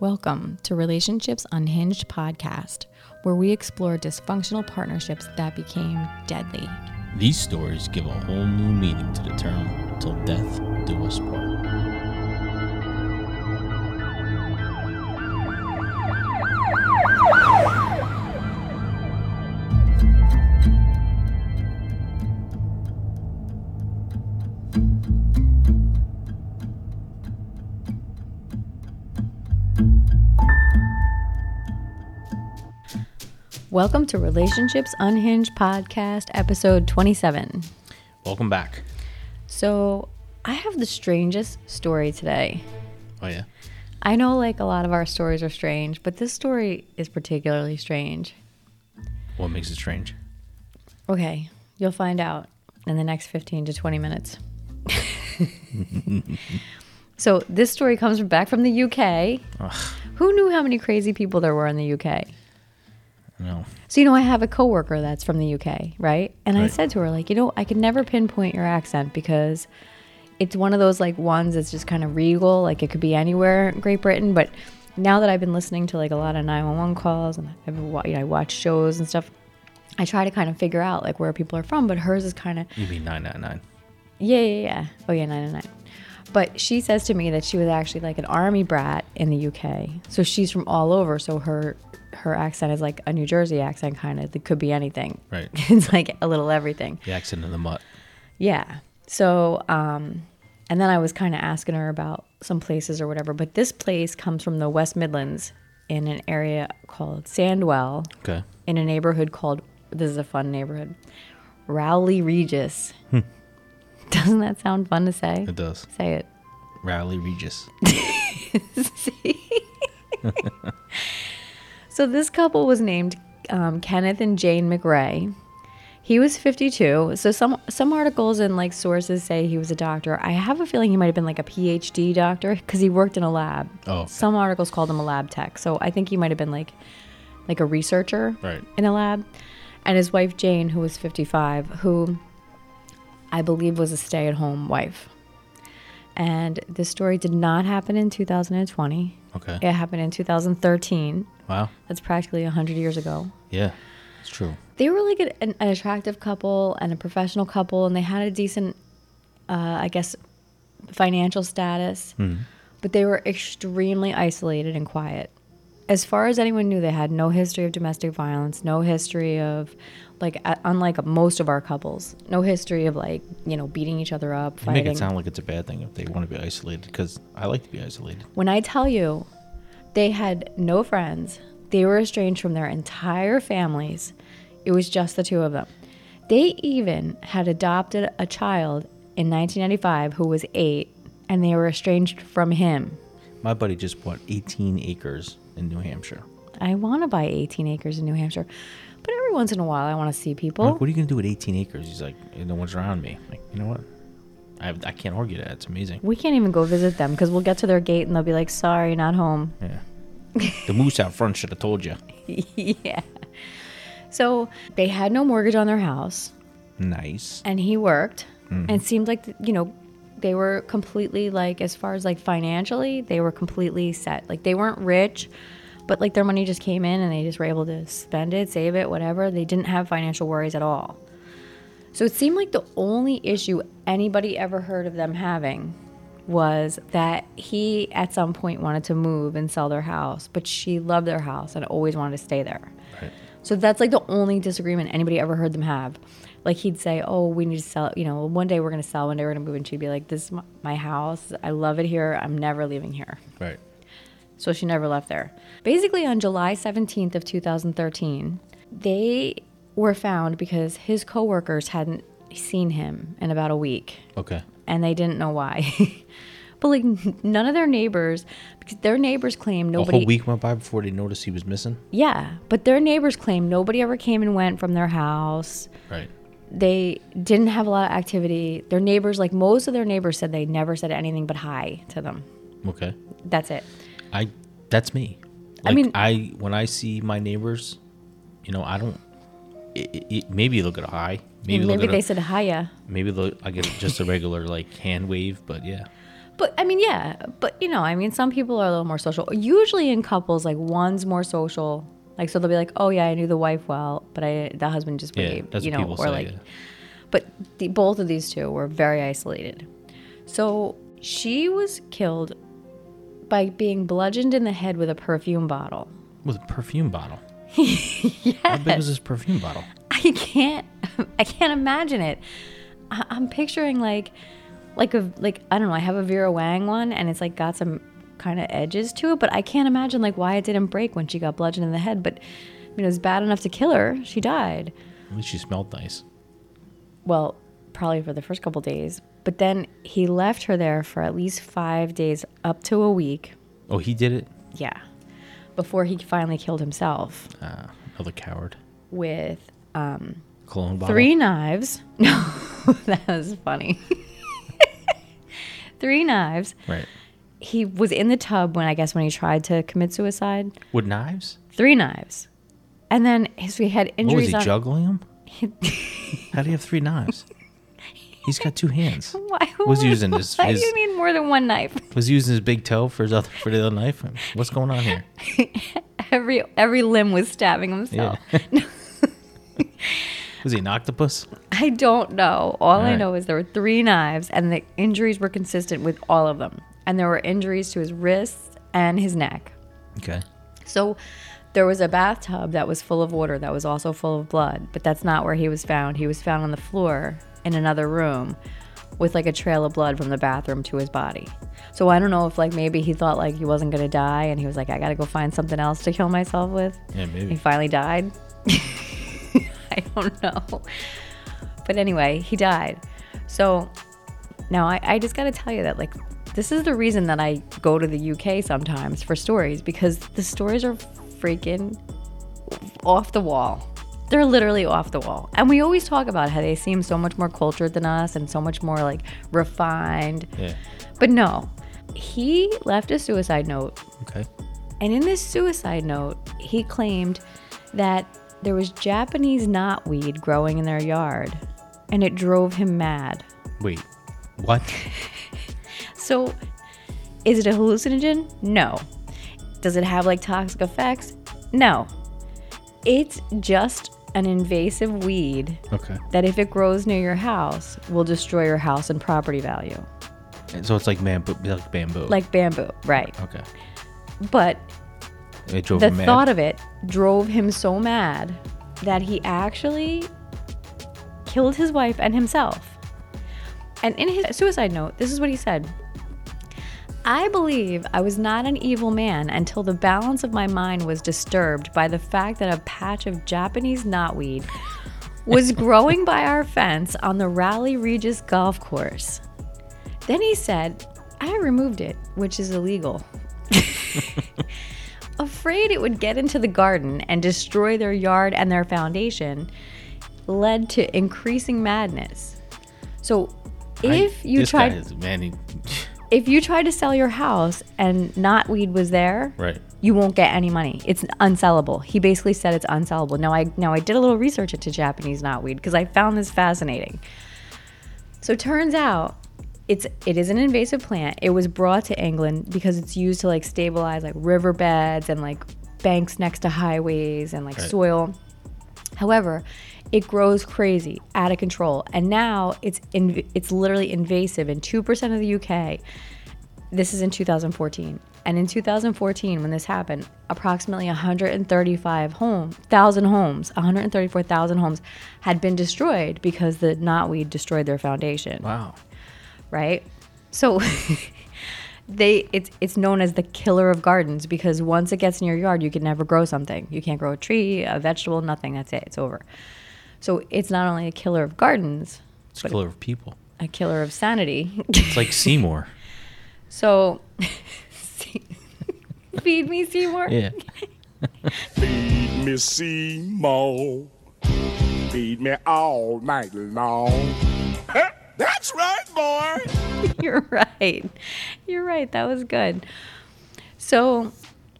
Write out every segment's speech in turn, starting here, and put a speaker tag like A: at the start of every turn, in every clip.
A: Welcome to Relationships Unhinged podcast, where we explore dysfunctional partnerships that became deadly.
B: These stories give a whole new meaning to the term till death do us part.
A: Welcome to Relationships Unhinged podcast, episode 27.
B: Welcome back.
A: So, I have the strangest story today.
B: Oh yeah.
A: I know like a lot of our stories are strange, but this story is particularly strange.
B: What makes it strange?
A: Okay, you'll find out in the next 15 to 20 minutes. so, this story comes from back from the UK.
B: Ugh,
A: Who knew how many crazy people there were in the UK?
B: no.
A: So, you know, I have a coworker that's from the UK, right? And I
B: Right.
A: said to her, like, you know, I could never pinpoint your accent because it's one of those like ones that's just kind of regal. Like it could be anywhere in Great Britain. But now that I've been listening to like a lot of 911 calls and I've, wa- you know, I watch shows and stuff, I try to kind of figure out like where people are from. But hers is kind of
B: You mean nine nine nine?
A: yeah, yeah, yeah. Oh, yeah, 999. But she says to me that she was actually like an army brat in the UK. So she's from all over. So her her accent is like a New Jersey accent, kind of. It could be anything.
B: Right.
A: it's like a little everything.
B: The accent of the mutt.
A: Yeah. So, um, and then I was kind of asking her about some places or whatever. But this place comes from the West Midlands in an area called Sandwell
B: Okay.
A: in a neighborhood called this is a fun neighborhood rowley regis doesn't that sound fun to say
B: It does.
A: say it
B: Rowley Regis.
A: so this couple was named um, kenneth and jane mcrae he was 52 so some some articles and like sources say he was a doctor i have a feeling he might have been like a phd doctor because he worked in a lab
B: Oh, okay.
A: some articles called him a lab tech so i think he might have been like like a researcher
B: Right.
A: in a lab and his wife jane who was 55 who i believe was a stay-at-home wife and this story did not happen in 2020
B: Okay.
A: it happened in 2013
B: Wow.
A: that's practically 100 years ago
B: Yeah. It's true.
A: they were like an, an attractive couple and a professional couple and they had a decent uh, i guess financial status
B: Hmm.
A: but they were extremely isolated and quiet as far as anyone knew they had no history of domestic violence no history of like a- unlike most of our couples no history of like you know beating each other up
B: You make it
A: fighting
B: sound like it's a bad thing if they want to be isolated, because I like to be isolated.
A: When I tell you they had no friends, they were estranged from their entire families. It was just the two of them. They even had adopted a child in 1995 who was eight, and they were estranged from him.
B: My buddy just bought 18 acres in New Hampshire.
A: I want to buy 18 acres in New Hampshire, but every once in a while I want to see
B: I'm
A: people.
B: Like, what are you gonna do with 18 acres? He's like, no one's around me. I'm Like, you know what? I, I can't argue that. It's amazing.
A: We can't even go visit them because we'll get to their gate and they'll be like, sorry, not home.
B: Yeah. the moose out front should have told you.
A: yeah. So they had no mortgage on their house.
B: Nice.
A: and he worked and it seemed like you know they were completely like as far as like financially they were completely set like they weren't rich but like their money just came in and they just were able to spend it save it whatever they didn't have financial worries at all so it seemed like the only issue anybody ever heard of them having was that he at some point wanted to move and sell their house but she loved their house and always wanted to stay there
B: Right.
A: so that's like the only disagreement anybody ever heard them have. Like he'd say, "Oh, we need to sell. You know, one day we're gonna sell. One day we're gonna move." And she'd be like, "This is my- my house. I love it here. I'm never leaving here."
B: Right.
A: So she never left there. Basically, on July 17th of 2013, they were found because his coworkers hadn't seen him in about a week
B: Okay.
A: and they didn't know why. but like none of their neighbors because their neighbors claim
B: a
A: nobody
B: whole week went by before they noticed he was missing.
A: Yeah, but their neighbors claim nobody ever came and went from their house.
B: Right.
A: They didn't have a lot of activity. Their neighbors, like most of their neighbors, said they never said anything but hi to them.
B: Okay.
A: That's it.
B: I. That's me.
A: I
B: Like,
A: mean-
B: I when I see my neighbors, you know, I don't. It, it- it, maybe look at a high. Maybe,
A: Maybe,
B: look at
A: they
B: a,
A: said hiya.
B: maybe look, I get just a regular like hand wave, but yeah.
A: But I mean, yeah. But you know, I mean, some people are a little more social. Usually in couples, like one's more social. Like so, they'll be like, "Oh yeah, I knew the wife well, but I the husband just
B: Yeah,
A: behaved."
B: that's
A: you
B: what
A: know,
B: people
A: or
B: say,
A: like,
B: yeah.
A: but the, both of these two were very isolated. So she was killed by being bludgeoned in the head with a perfume bottle.
B: With a perfume bottle. How big
A: Yes,
B: was this perfume bottle?
A: I can't. I can't imagine it. I, I'm picturing like, like a like I don't know. I have a Vera Wang one, and it's like got some kind of edges to it, but I can't imagine like why it didn't break when she got bludgeoned in the head. But I mean, it was bad enough to kill her. She died.
B: At least she smelled nice.
A: well, probably for the first couple days, but then he left her there for at least five days, up to a week.
B: Oh, he did it.
A: Yeah. Before he finally killed himself
B: Ah, another coward.
A: with
B: Cologne bottle.
A: three knives. No, that was funny. three knives.
B: Right.
A: He was in the tub when I guess when he tried to commit suicide.
B: With knives?
A: Three knives. And then his, he had
B: What was
A: injuries
B: he
A: on.
B: juggling them? How do you have three knives? He's got two hands.
A: Why
B: Was
A: would-
B: using his-
A: Why do
B: his-
A: you need more than one knife?
B: Was he using his big toe for his other for the other knife? What's going on here?
A: Every every limb was stabbing himself.
B: Was he an octopus?
A: I don't know. All I
B: Alright.
A: know is there were three knives, and the injuries were consistent with all of them. And there were injuries to his wrists and his neck.
B: Okay.
A: So there was a bathtub that was full of water that was also full of blood, but that's not where he was found. He was found on the floor in another room with like a trail of blood from the bathroom to his body. So I don't know if like maybe he thought like he wasn't gonna die and he was like, I gotta go find something else to kill myself with
B: Yeah,
A: he
B: maybe.
A: finally died. I don't know. But anyway, he died. So now I, I just got to tell you that, like, this is the reason that I go to the UK sometimes for stories because the stories are freaking off the wall. They're literally off the wall. And we always talk about how they seem so much more cultured than us and so much more like refined.
B: Yeah.
A: But no, he left a suicide note
B: Okay.
A: and in this suicide note, he claimed that there was Japanese knotweed growing in their yard and it drove him mad.
B: Wait. What?
A: So, is it a hallucinogen? No. Does it have like toxic effects? No. It's just an invasive weed
B: Okay.
A: that, if it grows near your house, will destroy your house and property value,
B: And so it's like bamboo. Like bamboo.
A: like bamboo, right?
B: Okay.
A: But
B: It drove
A: the
B: him mad.
A: thought of it drove him so mad that he actually killed his wife and himself. And in his suicide note, this is what he said I believe I was not an evil man until the balance of my mind was disturbed by the fact that a patch of Japanese knotweed was growing by our fence on the Raleigh Regis golf course. Then he said, I removed it, which is illegal. Afraid it would get into the garden and destroy their yard and their foundation led to increasing madness. So
B: I-
A: if you
B: this
A: tried
B: guy is- man, he,
A: if you try to sell your house and knotweed was there,
B: right.
A: you won't get any money. It's unsellable. He basically said it's unsellable. Now I now I did a little research into Japanese knotweed because I found this fascinating. So turns out it's it is an invasive plant. It was brought to England because it's used to like stabilize like riverbeds and like banks next to highways and like
B: Right.
A: soil. However, it grows crazy, out of control, and now it's in, it's literally invasive in two percent of the UK. This is in 2014, and in 2014, when this happened, approximately 135 home thousand homes, 134,000 homes had been destroyed because the knotweed destroyed their foundation
B: Wow.
A: right? So they it's it's known as the killer of gardens because once it gets in your yard, you can never grow something. You can't grow a tree, a vegetable, nothing. That's it. It's over. So it's not only a killer of gardens,
B: It's a killer of people.
A: a killer of sanity.
B: It's like Seymour.
A: so feed me Seymour.
B: Yeah.
C: Feed me Seymour. Feed me all night long. That's right, boy.
A: You're right. You're right. That was good. So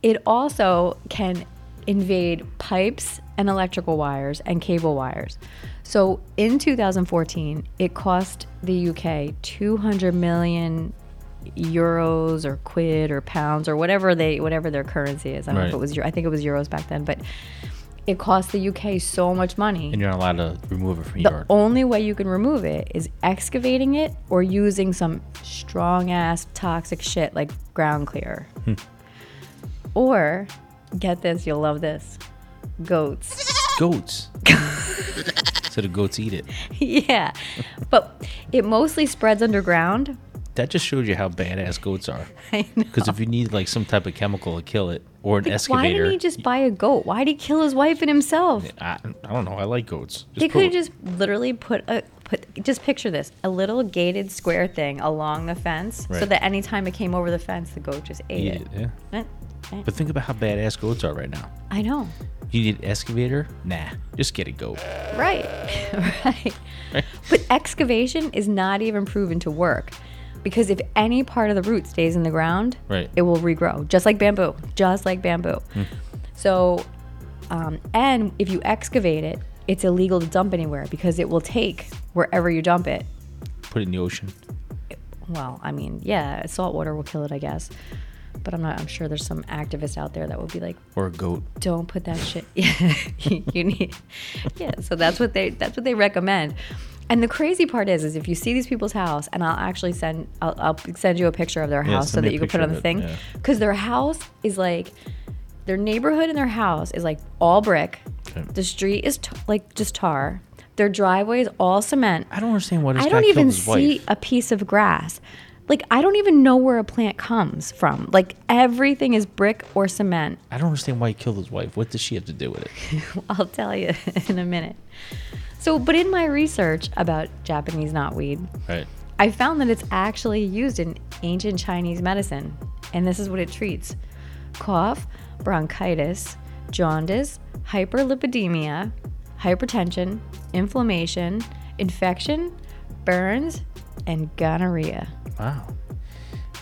A: it also can invade pipes and electrical wires and cable wires. So in 2014, it cost the UK 200 million euros or quid or pounds or whatever they whatever their currency is. I don't know if
B: Right.
A: it was eu- I think it was euros back then, but it cost the UK so much money.
B: and you're not allowed to remove it from
A: the
B: your yard.
A: only way you can remove it is excavating it or using some strong ass toxic shit like ground clear.
B: Hmm.
A: Or get this, you'll love this. Goats.
B: goats. so the goats eat it.
A: yeah. But it mostly spreads underground.
B: That just shows you how badass goats are.
A: I know.
B: Because if you need like some type of chemical to kill it or an
A: Why
B: excavator,
A: didn't he just buy a goat? Why did he kill his wife and himself?
B: I, I don't know. I like goats. Just
A: They
B: put-
A: could have just literally put a put just picture this, a little gated square thing along the fence so
B: Right.
A: that anytime it came over the fence the goat just ate
B: eat
A: it.
B: it. Yeah.
A: Eh, eh.
B: But think about how badass goats are right now.
A: I know.
B: You need an excavator? Nah, just get a goat.
A: Right. right. But excavation is not even proven to work because if any part of the root stays in the ground,
B: Right.
A: it will regrow, just like bamboo, just like bamboo. So, um, and if you excavate it, it's illegal to dump anywhere because it will take wherever you dump it.
B: Put it in the ocean.
A: Well, I mean, yeah, salt water will kill it, I guess. But I'm not, I'm sure there's some activists out there that would be like,
B: Or a goat.
A: don't put that shit yeah you need yeah so that's what they that's what they recommend and the crazy part is is if you see these people's house and i'll actually send i'll, I'll send you a picture of their
B: Yeah,
A: house so
B: send me
A: that
B: a
A: you can put
B: picture
A: it on
B: of
A: the
B: it,
A: thing
B: yeah.
A: because their house is like their neighborhood and their house is like all brick
B: Okay.
A: the street is t- like just tar their driveway is all cement
B: I don't understand why this
A: I
B: guy
A: don't
B: killed
A: even
B: his wife.
A: see a piece of grass. Like I don't even know where a plant comes from. Like everything is brick or cement.
B: I don't understand why he killed his wife. What does she have to do with it?
A: I'll tell you in a minute. So, but in my research about Japanese knotweed,
B: Right.
A: I found that it's actually used in ancient Chinese medicine. And this is what it treats cough, bronchitis, jaundice, hyperlipidemia, hypertension, inflammation, infection, burns, and gonorrhea.
B: Wow.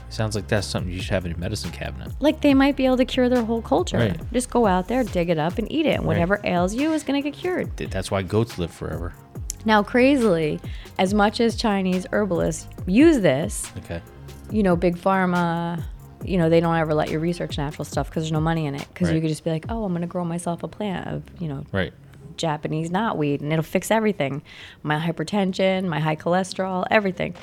B: Sounds like that's something you should have in your medicine cabinet.
A: Like they might be able to cure their whole culture.
B: Right.
A: Just go out there, dig it up, and eat it. And Whatever ails you is going to get cured.
B: Th- That's why goats live forever.
A: Now, crazily, as much as Chinese herbalists use this,
B: Okay.
A: you know, big pharma, you know, they don't ever let you research natural stuff because there's no money in it. Because you
B: Right.
A: could just be like, oh, I'm going to grow myself a plant of, you know,
B: Right.
A: Japanese knotweed and it'll fix everything my hypertension, my high cholesterol, everything.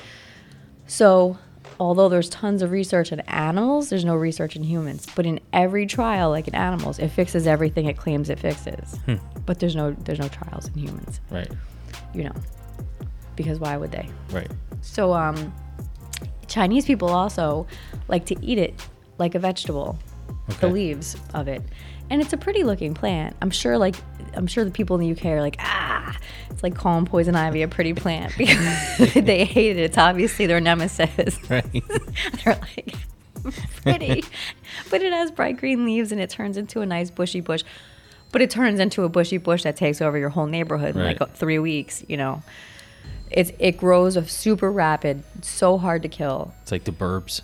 A: So, although there's tons of research in animals, there's no research in humans. But in every trial, like in animals, it fixes everything it claims it fixes. But there's no there's no trials in humans
B: Right.
A: you know, because why would they?
B: Right.
A: So, um, Chinese people also like to eat it like a vegetable, the
B: Okay.
A: leaves of it, and it's a pretty looking plant. I'm sure, like, I'm sure the people in the UK are like, ah, it's like calling poison ivy a pretty plant because they hate it. It's obviously their nemesis.
B: Right.
A: They're like, pretty, but it has bright green leaves and it turns into a nice bushy bush. But it turns into a bushy bush that takes over your whole neighborhood in
B: Right.
A: like three weeks. You know, it's it grows a super rapid, so hard to kill.
B: It's like the burbs.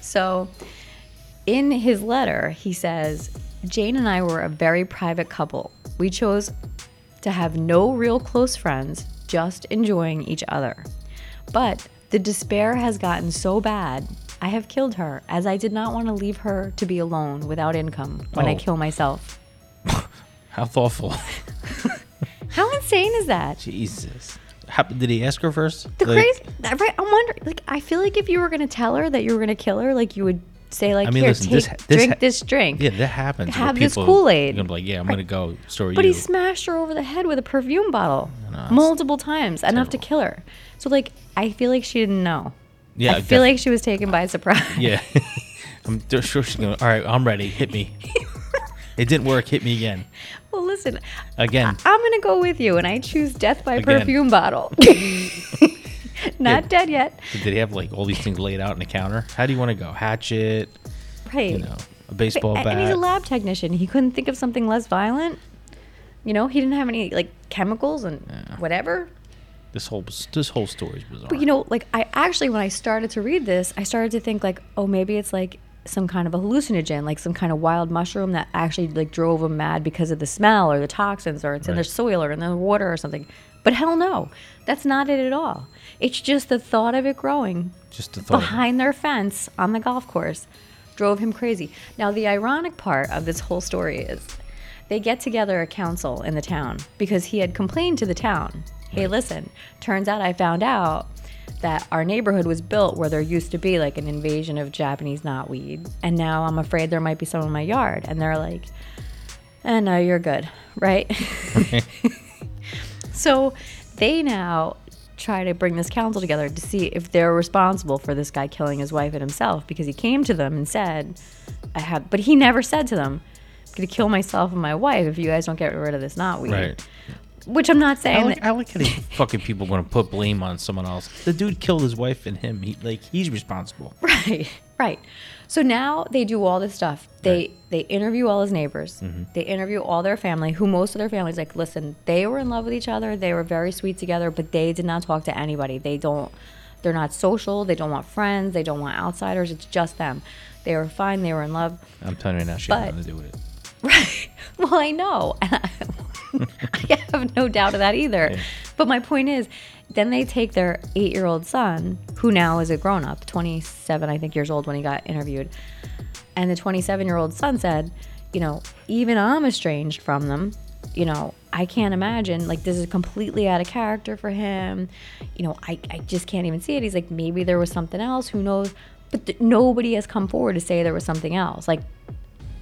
A: So, in his letter, he says, Jane and I were a very private couple. We chose to have no real close friends, just enjoying each other. But the despair has gotten so bad, I have killed her, as I did not want to leave her to be alone without income when I
B: Oh.
A: kill myself.
B: How thoughtful.
A: How insane is that?
B: Jesus. How, did he ask her first?
A: The
B: Like,
A: crazy, right? I'm wondering. Like, I feel like if you were gonna tell her that you were gonna kill her, like you would say, like,
B: I mean,
A: here,
B: listen,
A: take,
B: this ha- this
A: drink
B: ha-
A: this drink.
B: Yeah, that happens. where
A: Have this
B: people-
A: Kool-Aid.
B: You're gonna be like, yeah, I'm gonna go. Story
A: But
B: you.
A: he smashed her over the head with a perfume bottle
B: know, it's
A: multiple times, enough to
B: terrible.
A: kill her. So like, I feel like she didn't know.
B: yeah,
A: I feel
B: def-
A: like she was taken by surprise.
B: Yeah. I'm d- sure she's going, all right, I'm ready. Hit me. it didn't work. Hit me again.
A: Well, listen,
B: Again.
A: I'm gonna go with you, and I choose death by
B: Again.
A: perfume bottle. Not
B: Yeah.
A: dead yet,
B: Did they have like all these things laid out on the counter? How do you want to go? Hatchet,
A: right?
B: you know, a baseball
A: and,
B: bat.
A: and he's a lab technician. He couldn't think of something less violent. You know, he didn't have any like chemicals and whatever.
B: this whole this whole story is bizarre.
A: But you know, like I actually, when I started to read this, I started to think like, oh, maybe it's like some kind of a hallucinogen, like some kind of wild mushroom that actually like drove them mad because of the smell or the toxins or it's in their
B: Right.
A: soil or in their water or something. But hell no, that's not it at all. It's just the thought of it growing
B: Just the thought. of it.
A: behind their fence on the golf course drove him crazy. Now, the ironic part of this whole story is they get together a council in the town because he had complained to the town hey, listen, turns out I found out that our neighborhood was built where there used to be like an invasion of Japanese knotweed. And now I'm afraid there might be some in my yard. And they're like, eh, no, you're good, right? So they now try to bring this council together to see if they're responsible for this guy killing his wife and himself because he came to them and said, I have, but he never said to them, I'm going to kill myself and my wife if you guys don't get rid of this knotweed.
B: Right.
A: Which I'm not saying.
B: I like, I like how these fucking people want to put blame on someone else. The dude killed his wife and him. He like he's responsible.
A: Right, right. So now they do all this stuff. They
B: Right.
A: they interview all his neighbors. They interview all their family, who most of their family's like, listen, they were in love with each other. They were very sweet together, but they did not talk to anybody. They don't. They're not social. They don't want friends. They don't want outsiders. It's just them. They were fine. They were in love.
B: I'm telling you now, she had
A: But-
B: nothing to do with it.
A: Right. Well, I know. And I, I have no doubt of that either. But my point is, then they take their eight year old son, who now is a grown up, 27, I think, years old when he got interviewed. And the 27 year old son said, You know, even I'm estranged from them. You know, I can't imagine. Like, this is completely out of character for him. You know, I, I just can't even see it. He's like, Maybe there was something else. Who knows? But th- nobody has come forward to say there was something else. Like,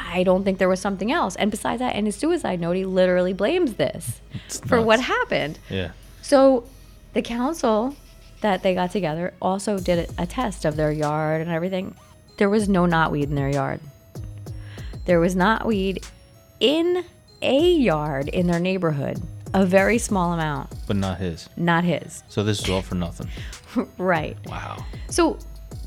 A: I don't think there was something else. And besides that, in his suicide note, he literally blames this for
B: nuts.
A: what happened.
B: Yeah.
A: So the council that they got together also did a test of their yard and everything. There was no knotweed in their yard. There was knotweed in a yard in their neighborhood, a very small amount,
B: But not his.
A: not his.
B: So this is all for nothing.
A: Right.
B: Wow.
A: So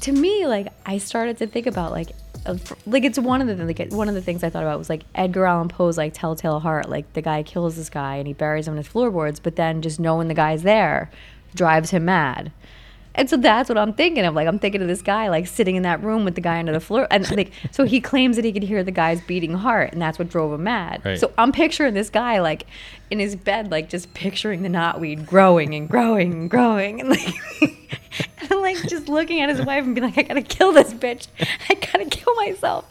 A: to me, like I started to think about like uh, fr- like it's one of the like one of the things I thought about was like Edgar Allan Poe's like Telltale Heart, like the guy kills this guy and he buries him in his floorboards, but then just knowing the guy's there drives him mad. And so that's what I'm thinking of. Like I'm thinking of this guy like sitting in that room with the guy under the floor, and like so he claims that he could hear the guy's beating heart, and that's what drove him mad.
B: Right.
A: So I'm picturing this guy like in his bed, like just picturing the knotweed growing and growing and growing, and like and like just looking at his wife and being like, I gotta kill this bitch. I gotta kill myself.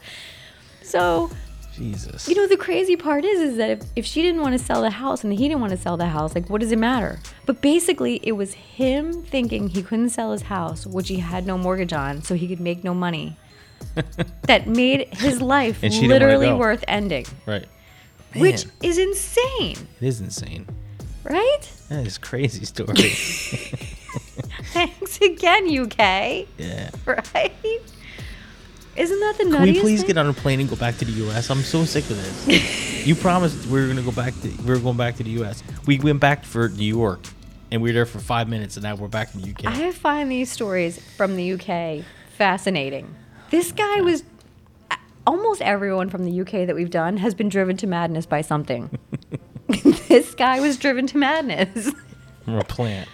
A: So,
B: Jesus.
A: you know, the crazy part is is that if, if she didn't want to sell the house and he didn't want to sell the house, like what does it matter? But basically it was him thinking he couldn't sell his house, which he had no mortgage on, so he could make no money. that made his life
B: And she didn't wanna
A: literally
B: go.
A: worth ending.
B: right.
A: Which
B: Man,
A: is insane,
B: it is insane.
A: right?
B: That is crazy story.
A: Thanks again, UK.
B: yeah.
A: Right? Isn't that the nuttiest
B: Can we please
A: thing?
B: get on a plane and go back to the U.S.? I'm so sick of this. you promised we were gonna go back to we were going back to the U.S. We went back for New York, and we were there for five minutes, and now we're back in the U.K.
A: I find these stories from the UK fascinating. This guy was uh, almost everyone from the UK that we've done has been driven to madness by something. this guy was driven to madness
B: from a plant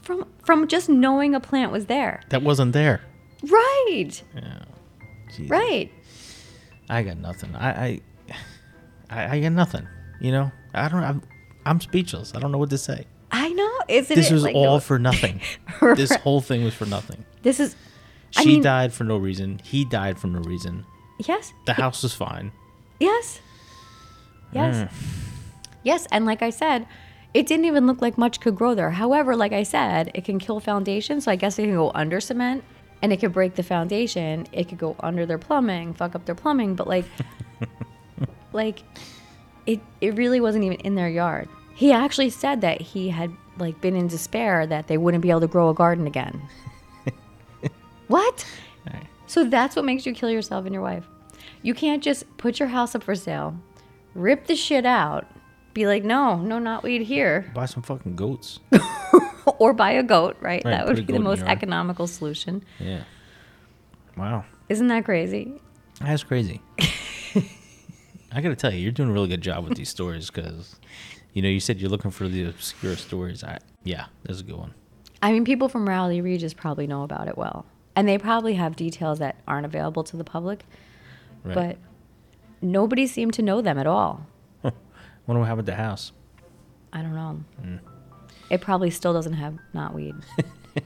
A: from from just knowing a plant was there.
B: that wasn't there.
A: Right.
B: Yeah. Jesus.
A: Right.
B: I got nothing. I, I, I, I got nothing. You know, I don't. I'm, I'm speechless. I don't know what to say.
A: I know. Isn't
B: This
A: it
B: was
A: like
B: all
A: the-
B: for nothing. This
A: Right.
B: whole thing was for nothing.
A: This is
B: She
A: I mean-
B: died for no reason. He died for no reason.
A: yes.
B: The house was fine.
A: Yes. Yes. Yes, and like I said, it didn't even look like much could grow there. However, like I said, it can kill foundation, so I guess it can go under cement and it could break the foundation. It could go under their plumbing, fuck up their plumbing, but like like it it really wasn't even in their yard. He actually said that he had like been in despair that they wouldn't be able to grow a garden again. what?
B: Alright.
A: So that's what makes you kill yourself and your wife. You can't just put your house up for sale, rip the shit out, be like, no, no, not weed here,
B: Buy some fucking goats.
A: or buy a goat, right?
B: Right,
A: that
B: put
A: would
B: a
A: be
B: goat
A: the
B: in
A: most
B: your yard.
A: economical solution.
B: Yeah. Wow,
A: Isn't that crazy?
B: that's crazy. I gotta tell you, you're doing a really good job with these stories because, you know, you said you're looking for the obscure stories. I yeah, that's a good one.
A: I mean, people from Raleigh Regis probably know about it well. and they probably have details that aren't available to the public,
B: Right.
A: but nobody seemed to know them at all.
B: Wonder what happened to House.
A: I don't know.
B: Hmm.
A: It probably still doesn't have knotweed.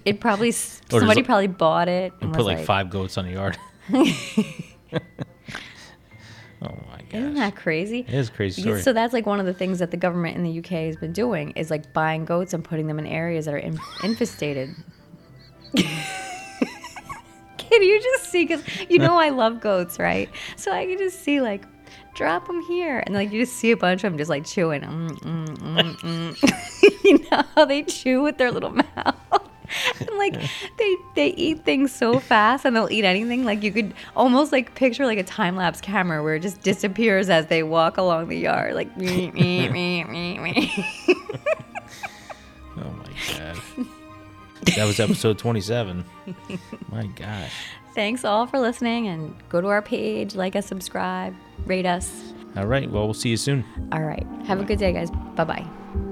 A: it probably s-
B: Or does
A: somebody
B: it-
A: probably bought it and,
B: And
A: was
B: put like, five goats on the yard. oh my gosh.
A: Isn't that crazy?
B: It is a crazy
A: Yeah,
B: story.
A: So that's like one of the things that the government in the UK has been doing is like buying goats and putting them in areas that are in- infestated. can you just see? Because you know I love goats, right? So I can just see like drop them here, and like you just see a bunch of them just like chewing. Mm, mm, mm, mm. you know how they chew with their little mouth. And like they they eat things so fast and they'll eat anything like you could almost like picture like a time lapse camera where it just disappears as they walk along the yard like me me me me me
B: oh my god. that was episode 27. my gosh.
A: Thanks all for listening and go to our page, like us, subscribe, rate us.
B: All right. Well, we'll see you soon.
A: All right. Have a good day guys. Bye-bye.